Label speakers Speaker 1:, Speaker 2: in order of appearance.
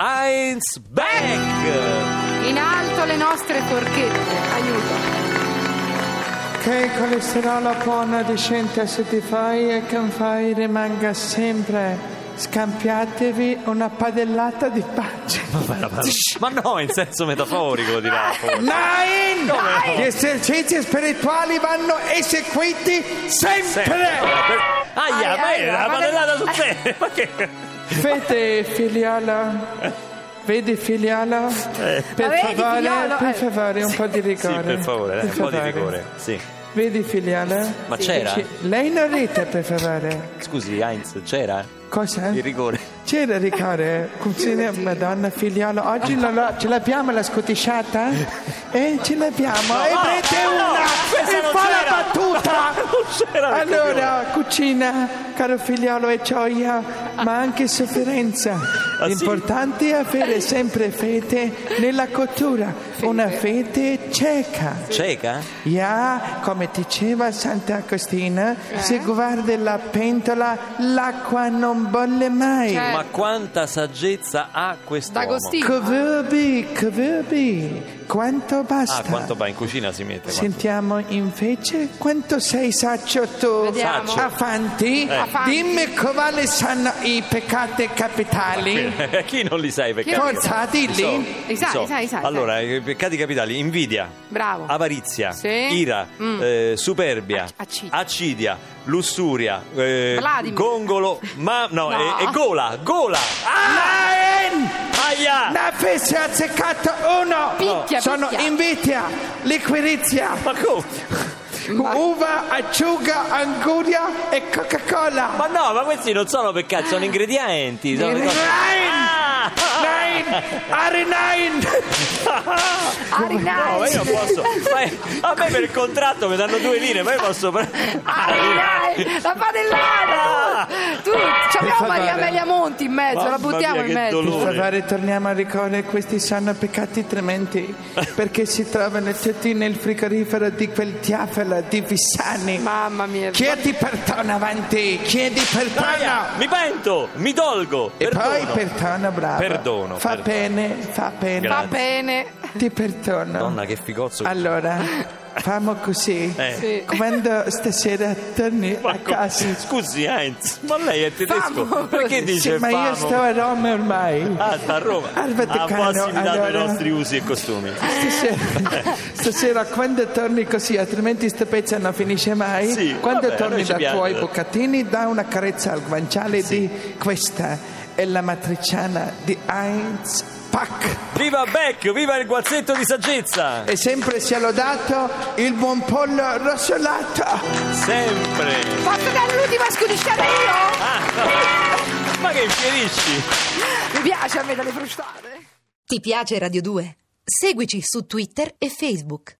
Speaker 1: Heinz Beck!
Speaker 2: In alto le nostre forchette, aiuto.
Speaker 3: Che il colesterolo buono di 175 e canfai rimanga sempre. Scampiatevi una padellata di pace.
Speaker 1: Ma no, in senso metaforico dirà forse.
Speaker 3: Nine! Gli esercizi spirituali vanno eseguiti sempre!
Speaker 1: Sempre. Aia,
Speaker 2: Aia,
Speaker 1: ma
Speaker 2: aia,
Speaker 1: era la
Speaker 2: ma
Speaker 1: padellata
Speaker 2: che-
Speaker 1: su te! Ma che...
Speaker 3: Vede figliala, vedi figliala, per
Speaker 2: vedi,
Speaker 3: favore,
Speaker 2: figliolo, eh.
Speaker 3: per favore, un po' di rigore.
Speaker 1: Eh. Sì, per favore, dai, un po' di
Speaker 3: favore.
Speaker 1: rigore. Sì.
Speaker 3: Vedi figliala,
Speaker 1: Ma c'era?
Speaker 3: Dici, lei non ride per favore.
Speaker 1: Scusi, Heinz, c'era
Speaker 3: Cosa?
Speaker 1: il rigore?
Speaker 3: C'era rigore, cucina, eh? madonna figliolo, oggi non la- ce l'abbiamo la scotisciata? Eh, ce l'abbiamo, e
Speaker 1: no,
Speaker 3: mette
Speaker 1: no,
Speaker 3: una,
Speaker 1: questa
Speaker 3: e
Speaker 1: non
Speaker 3: fa
Speaker 1: c'era.
Speaker 3: la battuta!
Speaker 1: Non c'era il
Speaker 3: allora, cucina, caro figliolo, è gioia, ma anche sofferenza.
Speaker 1: Ah, sì?
Speaker 3: L'importante è avere sempre fede nella cottura, una fede cieca.
Speaker 1: Cieca?
Speaker 3: Ya, come diceva Sant'Agostino,
Speaker 1: Eh?
Speaker 3: se guardi la pentola l'acqua non bolle mai.
Speaker 2: Cioè,
Speaker 1: Ma quanta saggezza ha quest'uomo?
Speaker 2: D'Agostino.
Speaker 3: Coverbi, coverbi, quanto basta.
Speaker 1: Ah, quanto va in cucina si mette? quanto-
Speaker 3: Sentiamo invece quanto sei saccio tu.
Speaker 2: Vediamo. Saccio.
Speaker 3: Avanti,
Speaker 1: Eh.
Speaker 2: Avanti.
Speaker 3: dimmi quali sono i peccati capitali.
Speaker 1: Chi non li sa Esatto, i peccati?
Speaker 3: Forza, dilli.
Speaker 2: Li sa, li sa, li sa, li sa.
Speaker 1: Allora, eh, i peccati capitali, invidia,
Speaker 2: Bravo.
Speaker 1: Ah, avarizia,
Speaker 2: Sì.
Speaker 1: ira,
Speaker 2: Mm.
Speaker 1: eh, superbia,
Speaker 2: Ac- accidia.
Speaker 1: accidia, lussuria, eh,
Speaker 2: Vladimir.
Speaker 1: gongolo, ma no, eh,
Speaker 2: No.
Speaker 1: E, e gola, gola.
Speaker 3: Nein!
Speaker 1: Aia!
Speaker 3: La fece ha azzeccato uno!
Speaker 2: Picchia,
Speaker 3: Sono
Speaker 2: picchia.
Speaker 3: invidia, liquirizia,
Speaker 1: Ma come?
Speaker 3: uva, acciuga, anguria e Coca-Cola!
Speaker 1: Ma no, ma questi non sono peccati, sono ingredienti. Sono le
Speaker 3: Nein!
Speaker 1: cose- Ah!
Speaker 3: Nein! Ari nein!
Speaker 2: Ari
Speaker 1: No, ma
Speaker 2: Nice.
Speaker 1: io non posso. ma è- a me per il contratto mi danno due lire, ma io posso. pre-
Speaker 2: Ari Nice, la
Speaker 1: Ah!
Speaker 2: padellata! Tu, ci abbiamo Maria Amelia Monti in mezzo, la
Speaker 1: Mamma
Speaker 2: buttiamo
Speaker 1: mia,
Speaker 2: in
Speaker 1: che
Speaker 2: mezzo.
Speaker 1: dolore.
Speaker 3: Per favore, torniamo a ricordare questi sono peccati tremendi perché si trovano tutti nel frigorifero di quel diavolo di Vissani.
Speaker 2: Mamma mia.
Speaker 3: Chiedi perdono avanti, chiedi
Speaker 1: Aia,
Speaker 3: perdono!
Speaker 1: Mi pento, mi dolgo.
Speaker 3: E poi
Speaker 1: perdono.
Speaker 3: perdono, bravo.
Speaker 1: Perdono,
Speaker 3: Fa
Speaker 1: perdono.
Speaker 3: bene, fa bene.
Speaker 2: Va bene.
Speaker 3: Ti perdono.
Speaker 1: Madonna, che figozzo.
Speaker 3: Allora, famo così.
Speaker 1: Eh.
Speaker 2: Sì.
Speaker 3: Quando stasera torni
Speaker 1: Ma
Speaker 3: a
Speaker 1: co-
Speaker 3: casa.
Speaker 1: Ecco. Scusi Heinz, ma lei è tedesco?
Speaker 2: Famo.
Speaker 1: Perché dice
Speaker 3: Sì, ma
Speaker 1: famo?
Speaker 3: io sto a Roma ormai.
Speaker 1: Ah, sta a Roma. Ah,
Speaker 3: Al
Speaker 1: ha
Speaker 3: Vaticano,
Speaker 1: facilitato i
Speaker 3: allora.
Speaker 1: nostri usi e costumi.
Speaker 3: Stasera, stasera quando torni così, altrimenti sta pezza non finisce mai.
Speaker 1: Sì,
Speaker 3: quando
Speaker 1: vabbè, a noi
Speaker 3: torni
Speaker 1: ci
Speaker 3: da
Speaker 1: piace.
Speaker 3: tuoi bucatini, da una carezza al guanciale di questa. È la matriciana di Heinz Pack.
Speaker 1: Viva Beck, viva il guazzetto di saggezza!
Speaker 3: E sempre sia lodato il buon pollo rossolato.
Speaker 1: Sempre!
Speaker 2: Posso dare l'ultima scudisciata io?
Speaker 1: Ah, no. Ma che infierisci?
Speaker 2: Mi piace a me dalle frustate.
Speaker 4: Ti piace Radio 2? Seguici su Twitter e Facebook.